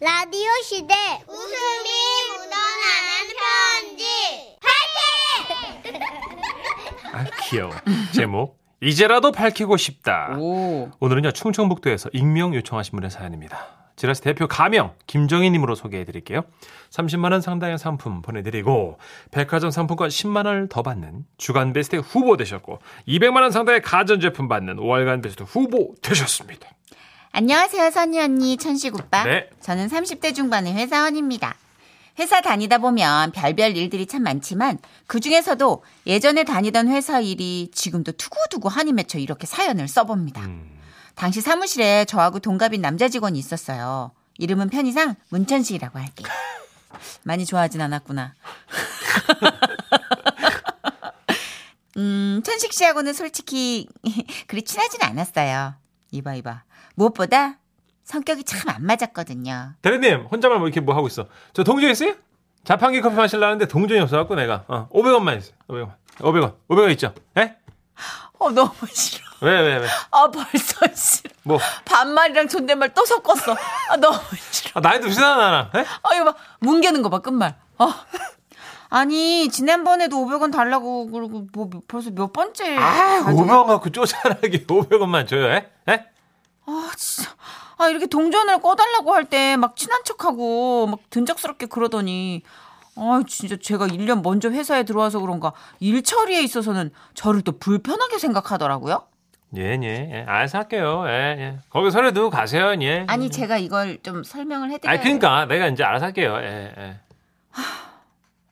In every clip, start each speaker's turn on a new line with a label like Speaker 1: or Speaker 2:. Speaker 1: 라디오 시대 웃음이 묻어나는 편지
Speaker 2: 아, 귀여워. 제목 이제라도 밝히고 싶다.
Speaker 3: 오.
Speaker 2: 오늘은요 충청북도에서 익명 요청하신 분의 사연입니다. 지라시 대표 가명 김정희님으로 소개해드릴게요. 30만 원 상당의 상품 보내드리고 백화점 상품권 10만 원을 더 받는 주간 베스트 후보 되셨고 200만 원 상당의 가전 제품 받는 월간 베스트 후보 되셨습니다.
Speaker 4: 안녕하세요, 선희 언니, 천식 오빠.
Speaker 2: 네.
Speaker 4: 저는 30대 중반의 회사원입니다. 회사 다니다 보면 별별 일들이 참 많지만 그 중에서도 예전에 다니던 회사 일이 지금도 투구투구 한이 맺혀 이렇게 사연을 써봅니다. 당시 사무실에 저하고 동갑인 남자 직원이 있었어요. 이름은 편의상 문천식이라고 할게요. 많이 좋아하진 않았구나. 음, 천식 씨하고는 솔직히 그리 친하진 않았어요. 이봐, 이봐. 무엇보다 성격이 참 안 맞았거든요.
Speaker 2: 대리님 혼자만 뭐 이렇게 뭐 하고 있어. 저 동전 있어요? 자판기 커피 마실라는데 동전이 없어갖고 내가 어, 500원만 있어. 500원. 500원. 500원 있죠? 예?
Speaker 4: 어, 너무 싫어.
Speaker 2: 왜 왜 왜?
Speaker 4: 아, 벌써 싫어.
Speaker 2: 뭐
Speaker 4: 반말이랑 존댓말 또 섞었어. 아, 너무 싫어.
Speaker 2: 아, 나이도 비슷하다 나랑. 예?
Speaker 4: 아, 이거 봐. 뭉개는 거 봐, 끝말. 어. 아니, 지난번에도 500원 달라고 그러고 뭐 벌써 몇 번째.
Speaker 2: 아, 500원 갖고 쪼잔하게 500원만 줘요, 예? 에? 에?
Speaker 4: 아, 진짜. 아, 이렇게 동전을 꺼달라고 할 때 막 친한 척하고 막 등짝스럽게 그러더니 아, 진짜 제가 1년 먼저 회사에 들어와서 그런가 일 처리에 있어서는 저를 또 불편하게 생각하더라고요.
Speaker 2: 예, 예, 예. 알아서 할게요, 예, 예. 거기 서류 두고 가세요, 예.
Speaker 4: 아니, 네. 제가 이걸 좀 설명을 해드려야
Speaker 2: 아니, 그러니까 그니까, 내가 이제 알아서 할게요, 예, 예.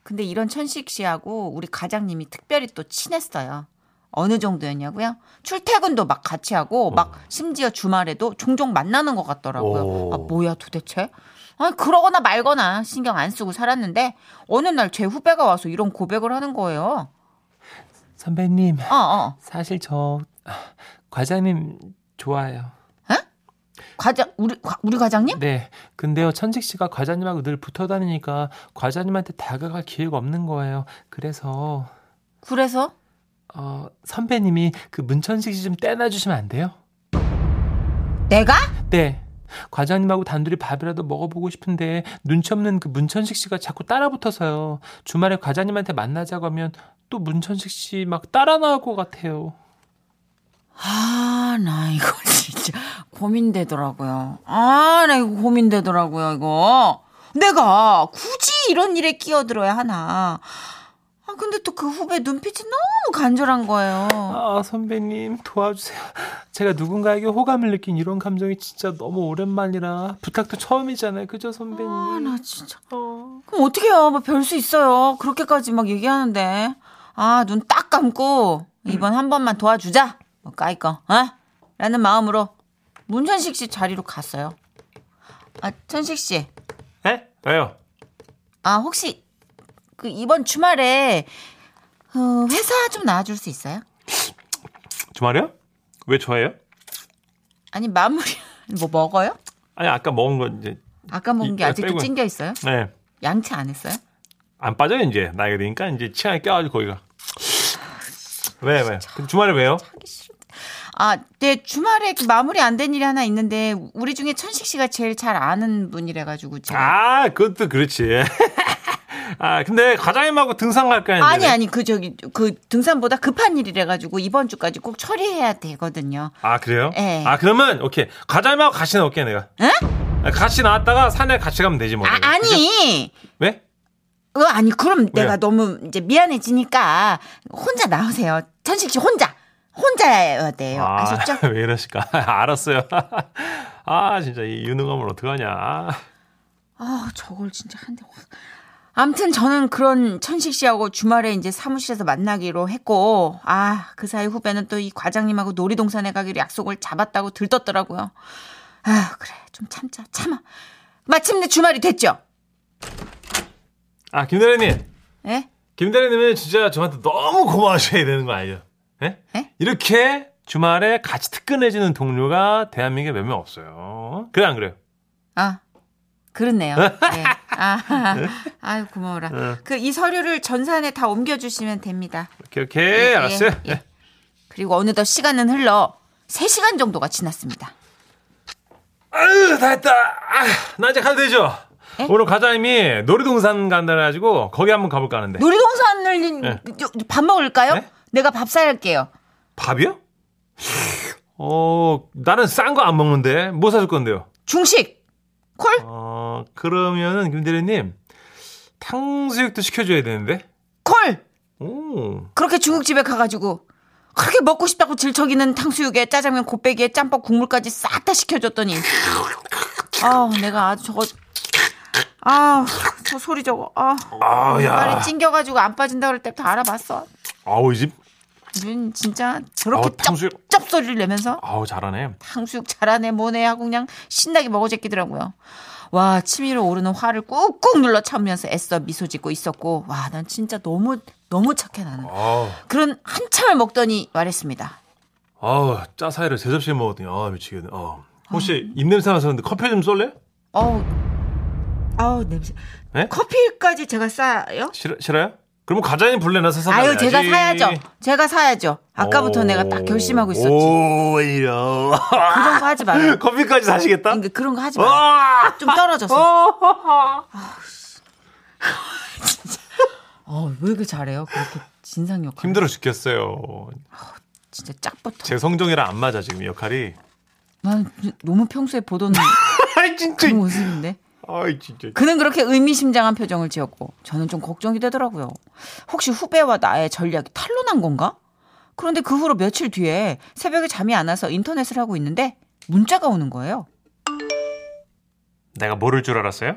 Speaker 4: 근데 이런 천식 씨하고 우리 가장님이 특별히 또 친했어요. 어느 정도였냐고요? 출퇴근도 막 같이 하고 막 심지어 주말에도 종종 만나는 것 같더라고요.
Speaker 2: 오.
Speaker 4: 아 뭐야 도대체? 아니 그러거나 말거나 신경 안 쓰고 살았는데 어느 날 제 후배가 와서 이런 고백을 하는 거예요.
Speaker 2: 선배님,
Speaker 4: 어 어.
Speaker 2: 사실 저, 아, 과장님 좋아요.
Speaker 4: 과장 우리 과- 우리 과장님?
Speaker 2: 네. 근데요, 천식 씨가 과장님하고 늘 붙어 다니니까 과장님한테 다가갈 기회가 없는 거예요. 그래서,
Speaker 4: 그래서
Speaker 2: 어, 선배님이 그 문천식 씨 좀 떼놔주시면 안 돼요?
Speaker 4: 내가?
Speaker 2: 네. 과장님하고 단둘이 밥이라도 먹어보고 싶은데 눈치 없는 그 문천식 씨가 자꾸 따라붙어서요. 주말에 과장님한테 만나자고 하면 또 문천식 씨 막 따라 나올 것 같아요.
Speaker 4: 아 나 이거 진짜 고민되더라고요. 아 나 이거 고민되더라고요 이거. 내가 굳이 이런 일에 끼어들어야 하나. 아 근데 또 그 후배 눈빛이 너무 간절한 거예요.
Speaker 2: 아 선배님 도와주세요. 제가 누군가에게 호감을 느낀 이런 감정이 진짜 너무 오랜만이라 부탁도 처음이잖아요. 그죠 선배님?
Speaker 4: 아 나 진짜. 그럼 어떡해요. 막 별 수 있어요. 그렇게까지 막 얘기하는데. 아 눈 딱 감고 이번 한 번만 도와주자. 뭐 까이꺼. 어? 라는 마음으로 문천식 씨 자리로 갔어요. 아 천식 씨.
Speaker 2: 에? 왜요?
Speaker 4: 아 혹시 그 이번 주말에 어, 회사 좀 나와줄 수 있어요?
Speaker 2: 주말이요? 왜 좋아해요?
Speaker 4: 아니 마무리 뭐 먹어요?
Speaker 2: 아니 아까 먹은 거 이제
Speaker 4: 아까 먹은 게
Speaker 2: 이-
Speaker 4: 아직도
Speaker 2: 빼고요.
Speaker 4: 찡겨 있어요?
Speaker 2: 네.
Speaker 4: 양치 안 했어요?
Speaker 2: 안 빠져요 이제 나이가 드니까 이제 치아에 껴가지고 거기가 왜 왜? 주말에 왜요?
Speaker 4: 아, 네 주말에 그 마무리 안 된 일이 하나 있는데 우리 중에 천식 씨가 제일 잘 아는 분이래 가지고 제가
Speaker 2: 아, 그것도 그렇지. 아, 근데 과장님하고 등산 갈까 했는데.
Speaker 4: 아니 아니 그 저기 그 등산보다 급한 일이래 가지고 이번 주까지 꼭 처리해야 되거든요.
Speaker 2: 아, 그래요?
Speaker 4: 예.
Speaker 2: 아, 그러면 오케이. 과장님하고 같이 나올게 내가.
Speaker 4: 에?
Speaker 2: 아, 같이 나왔다가 산에 같이 가면 되지 뭐.
Speaker 4: 아, 아니.
Speaker 2: 왜?
Speaker 4: 어, 아니 그럼
Speaker 2: 왜요?
Speaker 4: 내가 너무 이제 미안해지니까 혼자 나오세요. 천식 씨 혼자 혼자여야 돼요. 아, 셨죠
Speaker 2: 왜 이러실까? 알았어요. 아, 진짜 이 유능함을 어떡하냐.
Speaker 4: 아 저걸 진짜 한 대 확. 아무튼 저는 그런 천식 씨하고 주말에 이제 사무실에서 만나기로 했고 아 그 사이 후배는 또 이 과장님하고 놀이동산에 가기로 약속을 잡았다고 들떴더라고요. 아 그래 좀 참자 참아. 마침내 주말이 됐죠.
Speaker 2: 아, 김대리님.
Speaker 4: 예?
Speaker 2: 김대리님은 진짜 저한테 너무 고마우셔야 되는 거 아니죠? 예?
Speaker 4: 예?
Speaker 2: 이렇게 주말에 같이 특근해주는 동료가 대한민국에 몇 명 없어요. 그래, 안 그래요?
Speaker 4: 아, 그렇네요. 예. 아, 아유,
Speaker 2: 네.
Speaker 4: 고마워라. 그, 이 서류를 전산에 다 옮겨주시면 됩니다.
Speaker 2: 오케이, 오케이. 알았어요.
Speaker 4: 예, 예. 그리고 어느덧 시간은 흘러 3시간 정도가 지났습니다.
Speaker 2: 아유, 다 했다. 아, 나 이제 가도 되죠?
Speaker 4: 에?
Speaker 2: 오늘 과장님이 놀이동산 간다 그래가지고 거기 한번 가볼까 하는데.
Speaker 4: 놀이동산을
Speaker 2: 네.
Speaker 4: 밥 먹을까요?
Speaker 2: 네?
Speaker 4: 내가 밥 사갈게요.
Speaker 2: 밥이요? 어, 나는 싼 거 안 먹는데. 뭐 사줄 건데요?
Speaker 4: 중식 콜
Speaker 2: 어, 그러면은 김대리님, 탕수육도 시켜줘야 되는데.
Speaker 4: 콜.
Speaker 2: 오,
Speaker 4: 그렇게 중국집에 가가지고 그렇게 먹고 싶다고 질척이는 탕수육에 짜장면 곱빼기에 짬뽕 국물까지 싹 다 시켜줬더니 아우 내가 아주 저거 아우 저 소리 저거 아
Speaker 2: 아, 야.
Speaker 4: 빨리 찡겨가지고 안 빠진다 그럴 때부터 알아봤어
Speaker 2: 아우, 이 집.
Speaker 4: 눈 진짜
Speaker 2: 아우,
Speaker 4: 저렇게
Speaker 2: 탕수육.
Speaker 4: 쩝쩝 소리를 내면서
Speaker 2: 아우, 잘하네.
Speaker 4: 탕수육 잘하네 뭐네 하고 그냥 신나게 먹어제끼더라고요 와 치밀어 오르는 화를 꾹꾹 눌러 참으면서 애써 미소 짓고 있었고 와 난 진짜 너무 너무 착해 나는
Speaker 2: 아우,
Speaker 4: 그런 한참을 먹더니 말했습니다.
Speaker 2: 아우, 짜사이를 세 접시 먹었더니, 아, 미치겠네. 어. 혹시 입냄새 나서는데 커피 좀 쏠래?
Speaker 4: 어우, 아우 냄새.
Speaker 2: 네?
Speaker 4: 커피까지 제가 싸요?
Speaker 2: 싫어, 싫어요? 그러면 과장님 불러나 사서
Speaker 4: 아유, 제가 사야죠. 제가 사야죠. 아까부터
Speaker 2: 오.
Speaker 4: 내가 딱 결심하고 있었지.
Speaker 2: 오, 이러.
Speaker 4: 그런 거 하지 말아요.
Speaker 2: 커피까지 사시겠다?
Speaker 4: 그러니까 그런 거 하지 말아요.
Speaker 2: 와!
Speaker 4: 좀 떨어져서. 어, 왜 이렇게 잘해요? 그렇게 진상 역할.
Speaker 2: 힘들어 죽겠어요.
Speaker 4: 진짜 짝부터.
Speaker 2: 제 성정이랑 안 맞아 지금 역할이.
Speaker 4: 난 너무 평소에 보던
Speaker 2: 아이 진짜.
Speaker 4: 그 모습인데.
Speaker 2: 아이 진짜.
Speaker 4: 그는 그렇게 의미심장한 표정을 지었고 저는 좀 걱정이 되더라고요. 혹시 후배와 나의 전략이 탈로 난 건가? 그런데 그 후로 며칠 뒤에 새벽에 잠이 안 와서 인터넷을 하고 있는데 문자가 오는 거예요.
Speaker 2: 내가 모를 줄 알았어요?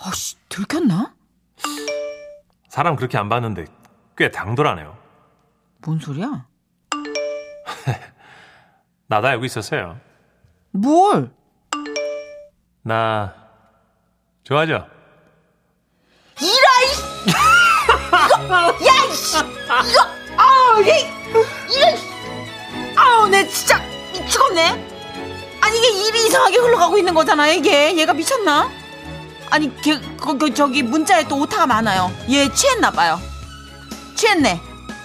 Speaker 4: 아씨 들켰나?
Speaker 2: 사람 그렇게 안 봤는데 꽤 당돌하네요.
Speaker 4: 뭔 소리야?
Speaker 2: 나 다 알고 있었어요.
Speaker 4: 뭘?
Speaker 2: 나 좋아하죠?
Speaker 4: 아우 얘 이런 예. 아우 내 진짜 미치겠네. 아니 이게 일이 이상하게 흘러가고 있는 거잖아 이게 얘가 미쳤나? 아니 걔 그, 그, 저기 문자에 또 오타가 많아요. 얘 취했나 봐요. 취했네.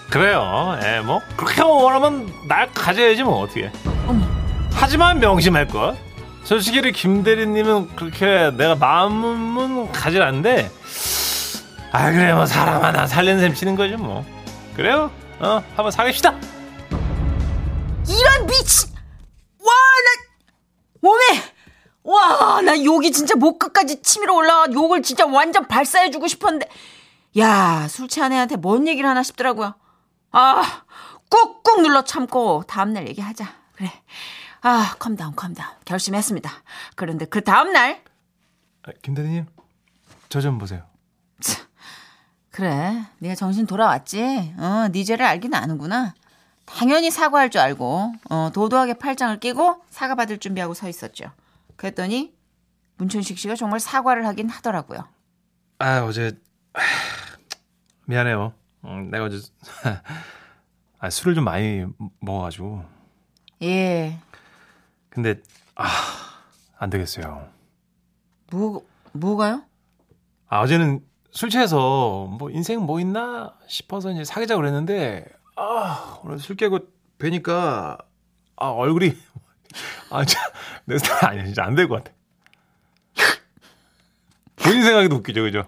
Speaker 2: 그래요. 예, 뭐 그렇게 원하면 날 가져야지 뭐 어떻게.
Speaker 4: 어머.
Speaker 2: 하지만 명심할 것. 솔직히 우리 김 대리님은 그렇게 내가 마음은 가질 않는데 아 그래 뭐 사람 하나 살린 셈 치는 거죠 뭐 그래요 어 한번 사귀시다
Speaker 4: 이런 미친 와 나 몸에 와 나 욕이 진짜 목 끝까지 치밀어 올라와 욕을 진짜 완전 발사해주고 싶었는데 야 술 취한 애한테 뭔 얘기를 하나 싶더라고요 아 꾹꾹 눌러 참고 다음날 얘기하자 그래 아 컴다운 컴다운 결심했습니다 그런데 그 다음날
Speaker 2: 아, 김 대리님 저 좀 보세요
Speaker 4: 그래 네가 정신 돌아왔지 어네 죄를 알긴 아는구나 당연히 사과할 줄 알고 어 도도하게 팔짱을 끼고 사과받을 준비하고 서 있었죠 그랬더니 문천식 씨가 정말 사과를 하긴 하더라고요
Speaker 2: 아 어제 하, 미안해요 음, 내가 어제 아, 술을 좀 많이 먹어가지고
Speaker 4: 예
Speaker 2: 근데 아, 아안 되겠어요
Speaker 4: 뭐, 뭐가요?
Speaker 2: 아, 어제는 술 취해서 뭐 인생 뭐 있나 싶어서 이제 사귀자고 그랬는데 아 오늘 술 깨고 뵈니까 아 얼굴이 아내 스타일 아니야 진짜 안 될 것 같아 본인 생각에도 웃기죠 그죠?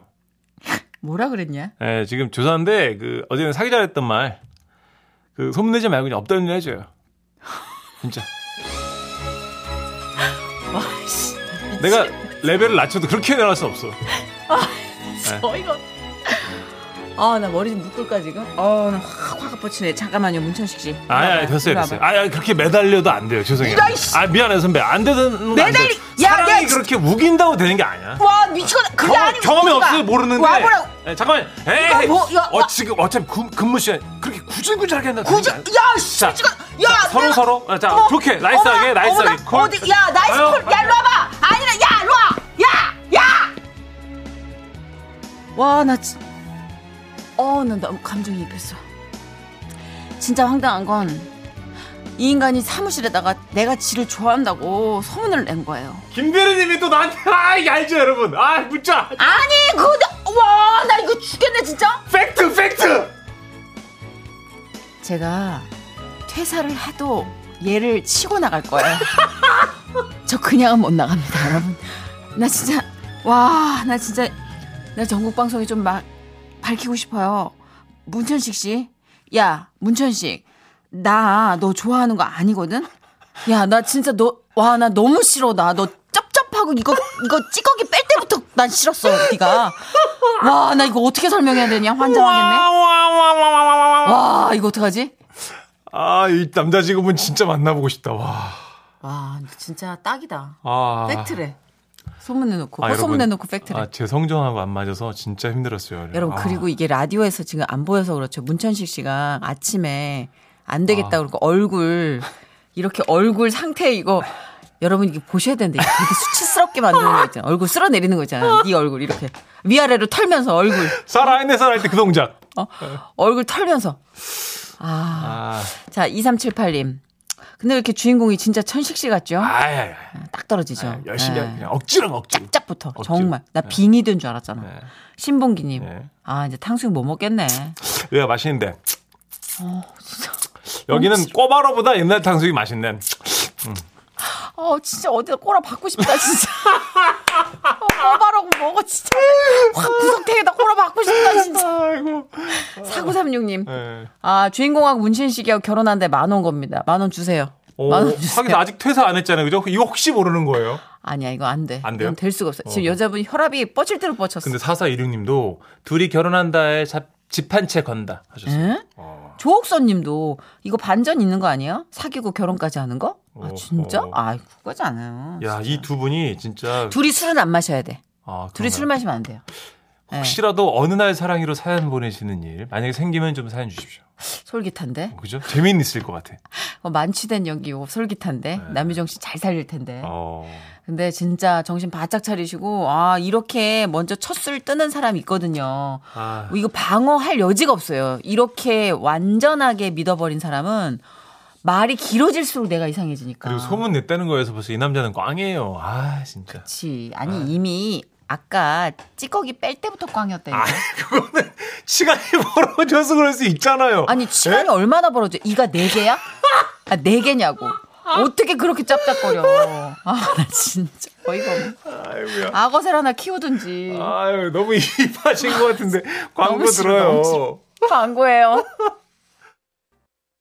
Speaker 4: 뭐라 그랬냐?
Speaker 2: 예 지금 조사인데 그 어제는 사귀자 그랬던 말 그 소문내지 말고 그냥 없다는 일 해줘요 진짜
Speaker 4: 와씨
Speaker 2: 내가 레벨을 낮춰도 그렇게 내려갈 수 없어
Speaker 4: 어이가 아나 머리 좀 묶을까 지금? 어나확 화가 뻗치네 잠깐만요 문천식 씨
Speaker 2: 아니,
Speaker 4: 일로 와봐요.
Speaker 2: 아니 됐어요
Speaker 4: 일로
Speaker 2: 됐어요.
Speaker 4: 와봐요.
Speaker 2: 아니 아니, 그렇게 매달려도 안 돼요 죄송해요.
Speaker 4: 이거, 이씨.
Speaker 2: 아 미안해 선배 안 되는 거안
Speaker 4: 매달리-
Speaker 2: 돼요.
Speaker 4: 야,
Speaker 2: 사랑이
Speaker 4: 내가
Speaker 2: 그렇게 우긴다고 되는 게 아니야.
Speaker 4: 와 미치겠다 그게
Speaker 2: 경험-
Speaker 4: 아니고
Speaker 2: 경험이
Speaker 4: 누가.
Speaker 2: 없어서 모르는데.
Speaker 4: 와보라고
Speaker 2: 네, 잠깐만. 에이.
Speaker 4: 뭐, 야,
Speaker 2: 어
Speaker 4: 와.
Speaker 2: 지금 어차피 근- 근무 시간 그렇게 구질구질하게 한다.
Speaker 4: 굳이 야, 씨,
Speaker 2: 자,
Speaker 4: 지금 야,
Speaker 2: 서로
Speaker 4: 내가-
Speaker 2: 서로 아, 자
Speaker 4: 어머,
Speaker 2: 좋게 나이스하게
Speaker 4: 어머나,
Speaker 2: 나이스하게
Speaker 4: 어머나, 어디, 야, 나이스
Speaker 2: 아유,
Speaker 4: 콜, 야, 일로 와봐. 아니라, 야, 일로 와, 야, 야. 와, 나 진, 어, 나 너무 감정이입했어. 진짜 황당한 건 이 인간이 사무실에다가 내가 지를 좋아한다고 소문을 낸 거예요.
Speaker 2: 김대리님이 또 나한테 아 이게 알죠 여러분. 아 문자
Speaker 4: 아니, 그, 나- 와, 나 이거 죽겠네 진짜.
Speaker 2: 팩트 팩트.
Speaker 4: 제가 퇴사를 해도 얘를 치고 나갈 거예요. 저 그냥은 못 나갑니다, 여러분. 나 진짜 와, 나 진짜 나 전국 방송에 좀 막 밝히고 싶어요. 문천식 씨. 야, 문천식. 나 너 좋아하는 거 아니거든. 야, 나 진짜 너 와, 나 너무 싫어. 나 너 쩝쩝하고 이거 이거 찌꺼기 뺄 때부터 난 싫었어, 네가. 와, 나 이거 어떻게 설명해야 되냐? 환장하겠네.
Speaker 2: 와와와와와와와.
Speaker 4: 와, 이거 어떡하지?
Speaker 2: 아, 이 남자 직업은 진짜 만나보고 싶다. 와.
Speaker 4: 와, 진짜 딱이다.
Speaker 2: 아.
Speaker 4: 팩트래. 소문 내놓고
Speaker 2: 아,
Speaker 4: 소문
Speaker 2: 여러분.
Speaker 4: 내놓고 팩트래.
Speaker 2: 아, 제 성정하고 안 맞아서 진짜 힘들었어요.
Speaker 4: 여러분
Speaker 2: 아,
Speaker 4: 그리고 이게 라디오에서 지금 안 보여서 그렇죠. 문천식 씨가 아침에 안
Speaker 2: 아.
Speaker 4: 되겠다 그러고 얼굴 이렇게 얼굴 상태 이거 여러분 이게 보셔야 되는데 이게 되게 수치스럽게 만드는 거 있잖아요. 얼굴 쓸어내리는 거 있잖아요. 네 얼굴 이렇게 위아래로 털면서 얼굴
Speaker 2: 살아있네 살아있대 그 동작.
Speaker 4: 어, 얼굴 털면서 아.
Speaker 2: 아,
Speaker 4: 자, 2378님. 근데 왜 이렇게 주인공이 진짜 천식 씨 같죠?
Speaker 2: 아이, 아이,
Speaker 4: 딱 떨어지죠.
Speaker 2: 아이, 열심히
Speaker 4: 예.
Speaker 2: 하- 그냥 억지로 억지로.
Speaker 4: 짝부터
Speaker 2: 억지로.
Speaker 4: 정말 나
Speaker 2: 예.
Speaker 4: 빙이 된 줄 알았잖아.
Speaker 2: 네.
Speaker 4: 신봉기님
Speaker 2: 네.
Speaker 4: 아 이제 탕수육 못 먹겠네.
Speaker 2: 왜 맛있는데?
Speaker 4: 어,
Speaker 2: 여기는 꼬바로보다 옛날 탕수육이 맛있네.
Speaker 4: 어 진짜 어디다 꼬라 받고 싶다 진짜. 어, 꼬바라고 먹어 진짜. 확 구석탱이다 꼬라 받고 싶다 진짜.
Speaker 2: 아이고.
Speaker 4: 4936님
Speaker 2: 예.
Speaker 4: 아 주인공하고 문신식이하고 결혼한데 만 원 겁니다. 만 원 주세요.
Speaker 2: 오,
Speaker 4: 만 원 주세요.
Speaker 2: 하긴 아직 퇴사 안 했잖아요. 그죠? 이거 혹시 모르는 거예요.
Speaker 4: 아니야 이거 안 돼.
Speaker 2: 안 돼요?
Speaker 4: 이건 될 수가 없어. 지금
Speaker 2: 어.
Speaker 4: 여자분 혈압이 뻗칠 대로 뻗쳤어.
Speaker 2: 근데 4416님도 둘이 결혼한다에 집한 채 건다 하셨어요.
Speaker 4: 에?
Speaker 2: 어.
Speaker 4: 조옥선님도 이거 반전 있는 거 아니에요? 사귀고 결혼까지 하는 거? 아
Speaker 2: 어,
Speaker 4: 진짜?
Speaker 2: 어.
Speaker 4: 아 그거지 않아요.
Speaker 2: 야,
Speaker 4: 진짜.
Speaker 2: 이 두 분이 진짜
Speaker 4: 둘이 술은 안 마셔야 돼.
Speaker 2: 아,
Speaker 4: 둘이 술
Speaker 2: 그런가요?
Speaker 4: 마시면 안 돼요. 예,
Speaker 2: 혹시라도 어느 날 사랑이로 사연 보내시는 일 만약에 생기면 좀 사연 주십시오.
Speaker 4: 솔깃한데.
Speaker 2: 어, 그죠? 재미있을 것 같아.
Speaker 4: 어, 만취된 연기 이거 솔깃한데. 남유정 씨 잘 살릴 텐데.
Speaker 2: 네. 어.
Speaker 4: 근데 진짜 정신 바짝 차리시고 아 이렇게 먼저 첫술 뜨는 사람 있거든요. 뭐
Speaker 2: 아.
Speaker 4: 이거 방어할 여지가 없어요. 이렇게 완전하게 믿어버린 사람은 말이 길어질수록 내가 이상해지니까.
Speaker 2: 그리고 소문 냈다는 거에서 벌써 이 남자는 꽝이에요. 아, 진짜.
Speaker 4: 그치. 아니
Speaker 2: 네.
Speaker 4: 이미 아까 찌꺼기 뺄 때부터 꽝이었다니까.
Speaker 2: 아, 그거는 시간이 벌어져서 그럴 수 있잖아요.
Speaker 4: 아니 시간이 얼마나 벌어져? 이가 네 개야? 아, 네 개냐고. 어떻게 그렇게 짭짭거려? 아, 나 진짜 어이가 없네.
Speaker 2: 아이고야.
Speaker 4: 악어살 하나 키우든지.
Speaker 2: 아유, 너무 입하신 것 같은데. 광고
Speaker 4: 너무 싫어, 너무 싫어.
Speaker 2: 들어요.
Speaker 4: 광고예요.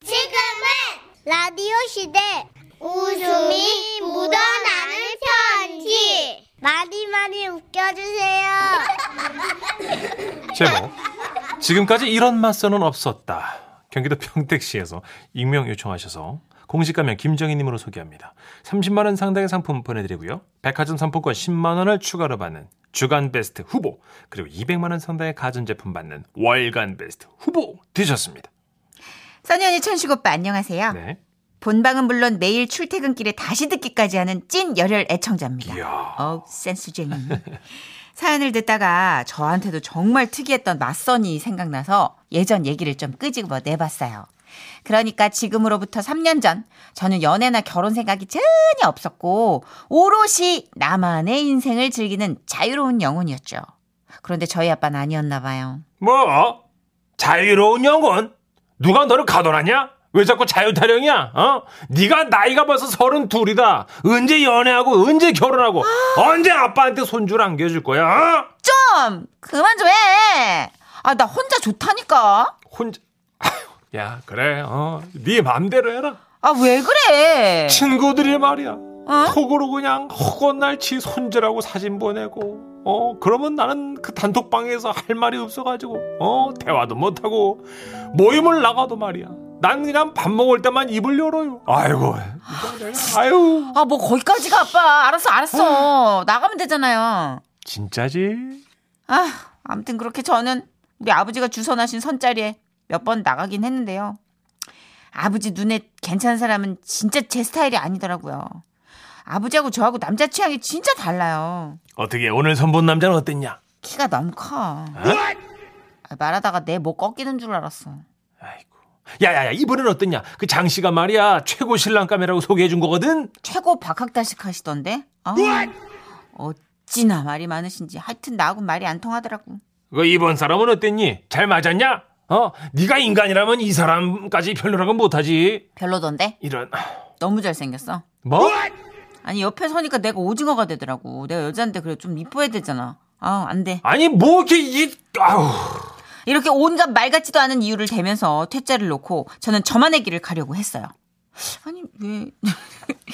Speaker 1: 지금은 라디오 시대 웃음이 묻어나는 편지 많이 많이 웃겨주세요
Speaker 2: 제목. 지금까지 이런 맞선은 없었다. 경기도 평택시에서 익명 요청하셔서 공식 가면 김정희님으로 소개합니다. 30만 원 상당의 상품 보내드리고요. 백화점 상품권 10만 원을 추가로 받는 주간 베스트 후보 그리고 200만 원 상당의 가전제품 받는 월간 베스트 후보 되셨습니다.
Speaker 3: 선현이 천식 오빠
Speaker 4: 아.
Speaker 3: 안녕하세요.
Speaker 2: 네.
Speaker 3: 본방은 물론 매일 출퇴근길에 다시 듣기까지 하는 찐 열혈 애청자입니다.
Speaker 2: 이야.
Speaker 3: 어우 센스쟁이. 사연을 듣다가 저한테도 정말 특이했던 맞선이 생각나서 예전 얘기를 좀 끄집어 내봤어요. 그러니까 지금으로부터 3년 전 저는 연애나 결혼 생각이 전혀 없었고 오롯이 나만의 인생을 즐기는 자유로운 영혼이었죠. 그런데 저희 아빠는 아니었나 봐요.
Speaker 2: 뭐? 자유로운 영혼? 누가 너를 가둬놨냐? 왜 자꾸 자유 타령이야? 어? 네가 나이가 벌써 서른 둘이다. 언제 연애하고 언제 결혼하고 언제 아빠한테 손주를 안겨줄 거야? 어?
Speaker 3: 좀 음, 그만 좀 해. 아 나 혼자 좋다니까.
Speaker 2: 혼자 아휴, 야 그래 어? 네 맘대로 해라.
Speaker 3: 아 왜
Speaker 4: 네.
Speaker 3: 그래?
Speaker 2: 친구들이 말이야. 톡으로 그냥 허건 날치 손질하고 사진 보내고 어 그러면 나는 그 단톡방에서 할 말이 없어가지고 어 대화도 못하고 모임을 나가도 말이야 난 그냥 밥 먹을 때만 입을 열어요 아이고 이거 내가, 아유
Speaker 3: 아 뭐 거기까지가 아빠. 알았어 알았어. 나가면 되잖아요.
Speaker 2: 진짜지
Speaker 3: 아 아무튼 그렇게 저는 우리 아버지가 주선하신 선자리에 몇 번 나가긴 했는데요. 아버지 눈에 괜찮은 사람은 진짜 제 스타일이 아니더라고요. 아버지하고 저하고 남자 취향이 진짜 달라요.
Speaker 2: 어떻게 오늘 선본 남자는 어땠냐
Speaker 3: 키가 너무 커. 아, 말하다가 내 목 꺾이는 줄 알았어.
Speaker 2: 아이고 야야야 이번엔 어땠냐 그 장씨가 말이야 최고 신랑감이라고 소개해준 거거든
Speaker 3: 최고 박학다식 하시던데? 아, 어찌나 말이 많으신지 하여튼 나하고 말이 안 통하더라고.
Speaker 2: 그 이번 사람은 어땠니 잘 맞았냐 어 네가 인간이라면 이 사람까지 별로라고 못하지
Speaker 3: 별로던데?
Speaker 2: 이런
Speaker 3: 너무 잘생겼어.
Speaker 2: 뭐?
Speaker 4: 아니 옆에 서니까 내가 오징어가 되더라고. 내가 여자인데 그래 좀 이뻐야 되잖아. 아, 안 돼.
Speaker 2: 아니 뭐 이렇게 이 아우
Speaker 4: 이렇게 온갖 말 같지도 않은 이유를 대면서 퇴짜를 놓고 저는 저만의 길을 가려고 했어요. 아니, 왜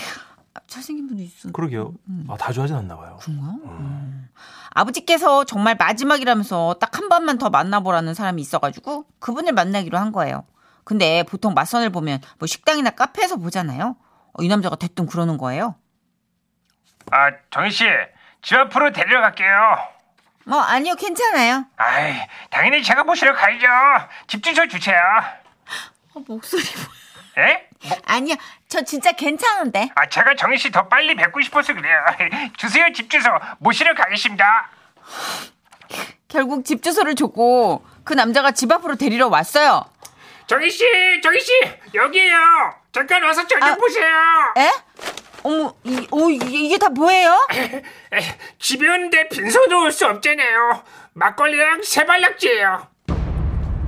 Speaker 4: 잘생긴 분이 있어.
Speaker 2: 그러게요. 아, 다 좋아하진 않나 봐요.
Speaker 4: 음. 그런가? 음. 아버지께서 정말 마지막이라면서 딱 한 번만 더 만나보라는 사람이 있어가지고 그분을 만나기로 한 거예요. 근데 보통 맞선을 보면 뭐 식당이나 카페에서 보잖아요. 어, 이 남자가 대뜸 그러는 거예요.
Speaker 5: 아, 정희 씨, 집 앞으로 데리러 갈게요.
Speaker 4: 뭐 아니요 괜찮아요.
Speaker 5: 아이, 당연히 제가 모시러 가야죠. 집 주소 주세요.
Speaker 4: 아, 목소리
Speaker 5: 예?
Speaker 4: 아니요 저 진짜 괜찮은데.
Speaker 5: 아, 제가 정희 씨 더 빨리 뵙고 싶어서 그래요. 주세요, 집 주소. 모시러 가겠습니다.
Speaker 4: 결국 집 주소를 줬고 그 남자가 집 앞으로 데리러 왔어요.
Speaker 5: 정희 씨, 정희 씨, 여기에요. 잠깐 와서 저좀
Speaker 4: 아.
Speaker 5: 보세요.
Speaker 4: 에? 어머 이, 오, 이게, 이게 다 뭐예요?
Speaker 5: 에, 집에 오는데 빈손 놓을 수 없잖아요. 막걸리랑 세발낙지예요.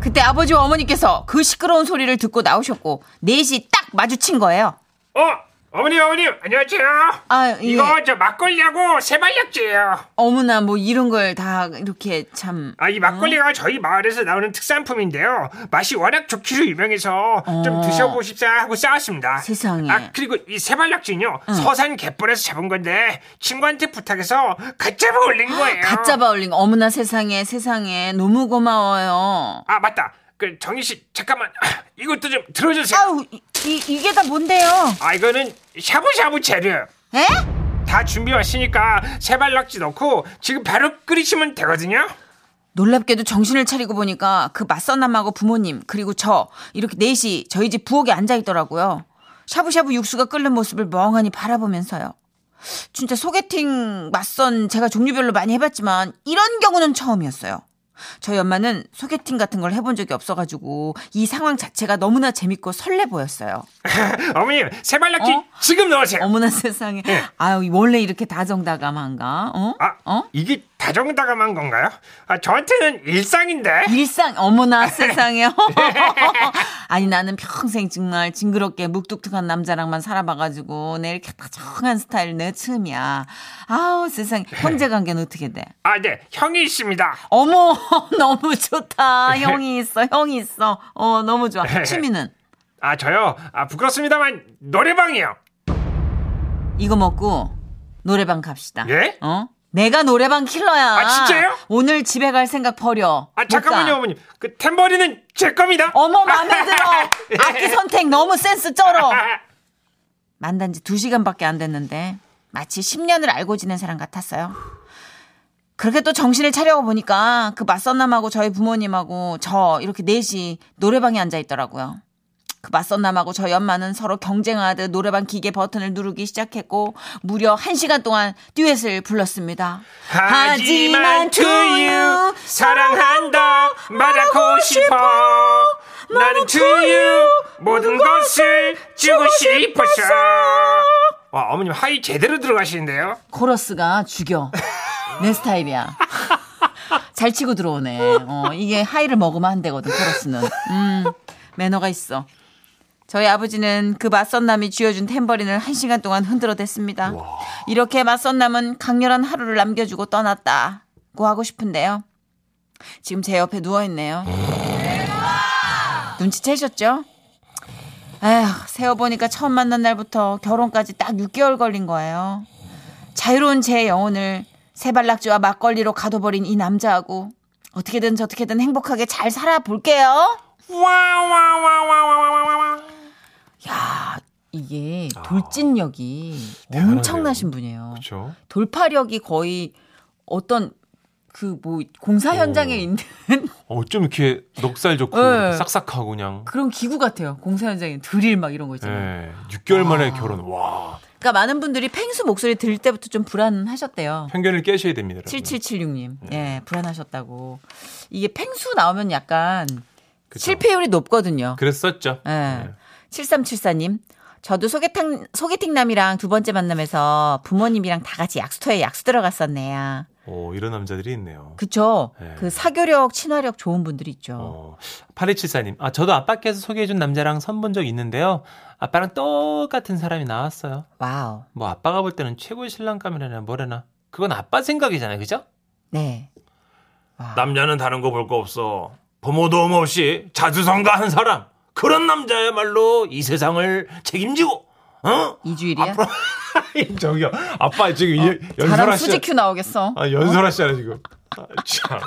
Speaker 4: 그때 아버지와 어머니께서 그 시끄러운 소리를 듣고 나오셨고 넷이 딱 마주친 거예요.
Speaker 5: 어, 어머니, 어머니, 안녕하세요.
Speaker 4: 아, 예.
Speaker 5: 이거 저 막걸리하고 세발낙지예요.
Speaker 4: 어머나 뭐 이런 걸 다 이렇게 참
Speaker 5: 아, 이
Speaker 4: 어?
Speaker 5: 막걸리가 저희 마을에서 나오는 특산품인데요. 맛이 워낙 좋기로 유명해서
Speaker 4: 어.
Speaker 5: 좀 드셔보십사 하고 싸왔습니다.
Speaker 4: 세상에. 어.
Speaker 5: 아, 그리고 이 세발낙지는요. 서산 갯벌에서 잡은 건데 친구한테 부탁해서 갓잡아 올린 거예요.
Speaker 4: 가짜바 올린 거. 어머나 세상에 세상에 너무 고마워요.
Speaker 5: 아, 맞다. 그 정희 씨 잠깐만 이것도 좀 들어주세요.
Speaker 4: 아우 이, 이, 게다 뭔데요?
Speaker 5: 아, 이거는 샤브샤브 재료.
Speaker 4: 에?
Speaker 5: 다 준비 왔으니까 세발낙지 넣고 지금 바로 끓이시면 되거든요.
Speaker 4: 놀랍게도 정신을 차리고 보니까 그 맞선남하고 부모님 그리고 저 이렇게 넷이 저희 집 부엌에 앉아 있더라고요. 샤브샤브 육수가 끓는 모습을 멍하니 바라보면서요. 진짜 소개팅 맞선 제가 종류별로 많이 해봤지만 이런 경우는 처음이었어요. 저희 엄마는 소개팅 같은 걸 해본 적이 없어가지고 이 상황 자체가 너무나 재밌고 설레 보였어요.
Speaker 5: 어머님 세발낙지
Speaker 4: 어?
Speaker 5: 지금 넣으세요.
Speaker 4: 어머나 세상에. 아유 원래 이렇게 다정다감한가? 어?
Speaker 5: 아,
Speaker 4: 어?
Speaker 5: 이게 다정다감한 건가요? 아, 저한테는 일상인데.
Speaker 4: 일상 어머나
Speaker 5: 네.
Speaker 4: 세상에 아니 나는 평생 정말 징그럽게 묵뚝뚝한 남자랑만 살아봐가지고 내 이렇게 다정한 스타일 내 처음이야 아우 세상에
Speaker 5: 네.
Speaker 4: 형제 관계는 어떻게 돼
Speaker 5: 아, 네, 형이 있습니다.
Speaker 4: 어머 너무 좋다
Speaker 5: 네.
Speaker 4: 형이 있어 형이 있어 어 너무 좋아 취미는
Speaker 5: 아, 저요? 아, 부끄럽습니다만, 노래방이요.
Speaker 4: 이거 먹고 노래방 갑시다
Speaker 5: 예?
Speaker 4: 어 내가 노래방 킬러야
Speaker 5: 아, 진짜요?
Speaker 4: 오늘 집에 갈 생각 버려
Speaker 5: 아,
Speaker 4: 못
Speaker 5: 잠깐만요,
Speaker 4: 가.
Speaker 5: 어머님. 그 탬버리는 제 겁니다.
Speaker 4: 어머 마음에 들어
Speaker 5: 예.
Speaker 4: 악기 선택 너무 센스 쩔어
Speaker 5: 아,
Speaker 4: 만난 지 2시간밖에 안 됐는데 마치 10년을 알고 지낸 사람 같았어요. 그렇게 또 정신을 차려 보니까 그 맞선남하고 저희 부모님하고 저 이렇게 넷이 노래방에 앉아 있더라고요. 그 맞선남하고 저희 엄마는 서로 경쟁하듯 노래방 기계 버튼을 누르기 시작했고 무려 1시간 동안 듀엣을 불렀습니다.
Speaker 5: 하지만 그 to you 사랑한다 말하고 싶어 나는 to you 모든 것을 주고 싶었어 와 어머님 하이 제대로 들어가시는데요
Speaker 4: 코러스가 죽여. 내 스타일이야. 잘 치고 들어오네. 어, 이게 하이를 먹으면 안 되거든, 코러스는. 음, 매너가 있어. 저희 아버지는 그 맞선남이 쥐어준 탬버린을 한 시간 동안 흔들어댔습니다. 이렇게 맞선남은 강렬한 하루를 남겨주고 떠났다고 하고 싶은데요. 지금 제 옆에 누워있네요. 눈치채셨죠? 에휴, 세어보니까 처음 만난 날부터 결혼까지 딱 6개월 걸린 거예요. 자유로운 제 영혼을 세발낙지와 막걸리로 가둬버린 이 남자하고 어떻게든 저떻게든 행복하게 잘 살아볼게요.
Speaker 5: 와와와와와와와
Speaker 4: 야 이게 돌진력이
Speaker 2: 아. 대단하네요.
Speaker 4: 엄청나신 분이에요.
Speaker 2: 그렇죠.
Speaker 4: 돌파력이 거의 어떤 그 뭐 공사 현장에
Speaker 2: 오.
Speaker 4: 있는
Speaker 2: 어좀 이렇게 넉살 좋고
Speaker 4: 네.
Speaker 2: 싹싹하고 그냥
Speaker 4: 그런 기구 같아요. 공사 현장에 드릴 막 이런 거
Speaker 2: 예.
Speaker 4: 있잖아요.
Speaker 2: 6개월 만에 결혼. 와.
Speaker 4: 그러니까 많은 분들이 펭수 목소리 들을 때부터 좀 불안하셨대요.
Speaker 2: 편견을 깨셔야 됩니다. 여러분.
Speaker 4: 7776님.
Speaker 2: 네.
Speaker 4: 예, 불안하셨다고. 이게 펭수 나오면 약간
Speaker 2: 그쵸.
Speaker 4: 실패율이 높거든요.
Speaker 2: 그랬었죠.
Speaker 4: 예.
Speaker 2: 네.
Speaker 4: 7374님. 저도 소개팅, 소개팅남이랑 두 번째 만남에서 부모님이랑 다 같이 약수터에 약수 들어갔었네요.
Speaker 2: 오, 이런 남자들이 있네요.
Speaker 4: 그쵸?
Speaker 2: 네.
Speaker 4: 그 사교력, 친화력 좋은 분들이 있죠.
Speaker 2: 어, 8274님, 아, 저도 아빠께서 소개해준 남자랑 선본 적 있는데요. 아빠랑 똑같은 사람이 나왔어요.
Speaker 4: 와우.
Speaker 2: 뭐, 아빠가 볼 때는 최고의 신랑감이라나 뭐래나. 그건 아빠 생각이잖아요, 그죠?
Speaker 4: 네. 와.
Speaker 2: 남자는 다른 거 볼 거 없어. 부모 도움 없이 자주성가한 사람. 그런 남자야말로 이 세상을 책임지고, 어?
Speaker 4: 이주일이야?
Speaker 2: 저기요. 아빠 지금
Speaker 4: 자랑 어, 수지큐 나오겠어.
Speaker 2: 아, 연설하시잖아요, 지금. 아, 참.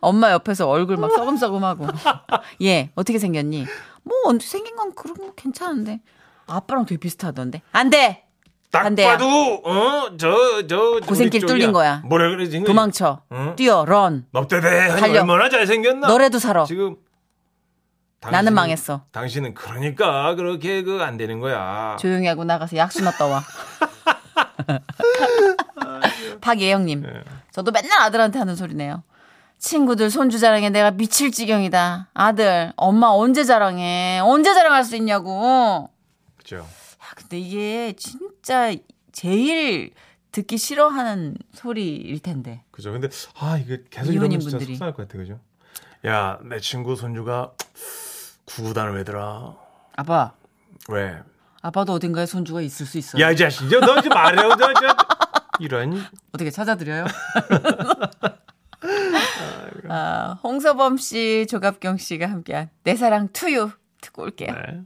Speaker 4: 엄마 옆에서 얼굴 막 썩음썩음하고. 예, 어떻게 생겼니? 뭐 언제 생긴 건 그런 거 괜찮은데. 아빠랑 되게 비슷하던데. 안 돼.
Speaker 2: 딱
Speaker 4: 반대야.
Speaker 2: 봐도, 어, 저, 저, 저
Speaker 4: 고생길
Speaker 2: 우리 쪽이야.
Speaker 4: 뚫린 거야.
Speaker 2: 뭐라 그래, 지금.
Speaker 4: 도망쳐.
Speaker 2: 응?
Speaker 4: 뛰어. 런.
Speaker 2: 넙대대 한
Speaker 4: 달려.
Speaker 2: 얼마나 네. 잘생겼나?
Speaker 4: 너라도 살아.
Speaker 2: 지금
Speaker 4: 나는
Speaker 2: 당신은-
Speaker 4: 망했어.
Speaker 2: 당신은 그러니까 그렇게 그 안 되는 거야.
Speaker 4: 조용히 하고 나가서 약수나 떠와. 박예영님, 저도 맨날 아들한테 하는 소리네요. 친구들 손주 자랑에 내가 미칠 지경이다. 아들, 엄마 언제 자랑해? 언제 자랑할 수 있냐고.
Speaker 2: 그죠?
Speaker 4: 야, 근데 이게 진짜 제일 듣기 싫어하는 소리일 텐데.
Speaker 2: 그죠? 근데 아 이게 계속
Speaker 4: 이혼인
Speaker 2: 이러면 진짜
Speaker 4: 분들이.
Speaker 2: 속상할 것 같아, 그죠? 야 내 친구 손주가 구구단을 왜더라?
Speaker 4: 아빠,
Speaker 2: 왜?
Speaker 4: 아빠도 어딘가에 손주가 있을 수 있어요.
Speaker 2: 야이 자식, 이제 너 이제 말해, 너 저. 이런
Speaker 4: 어떻게 찾아드려요? 아, 홍서범 씨, 조갑경 씨가 함께한 내 사랑 투유 듣고 올게요.
Speaker 2: 네.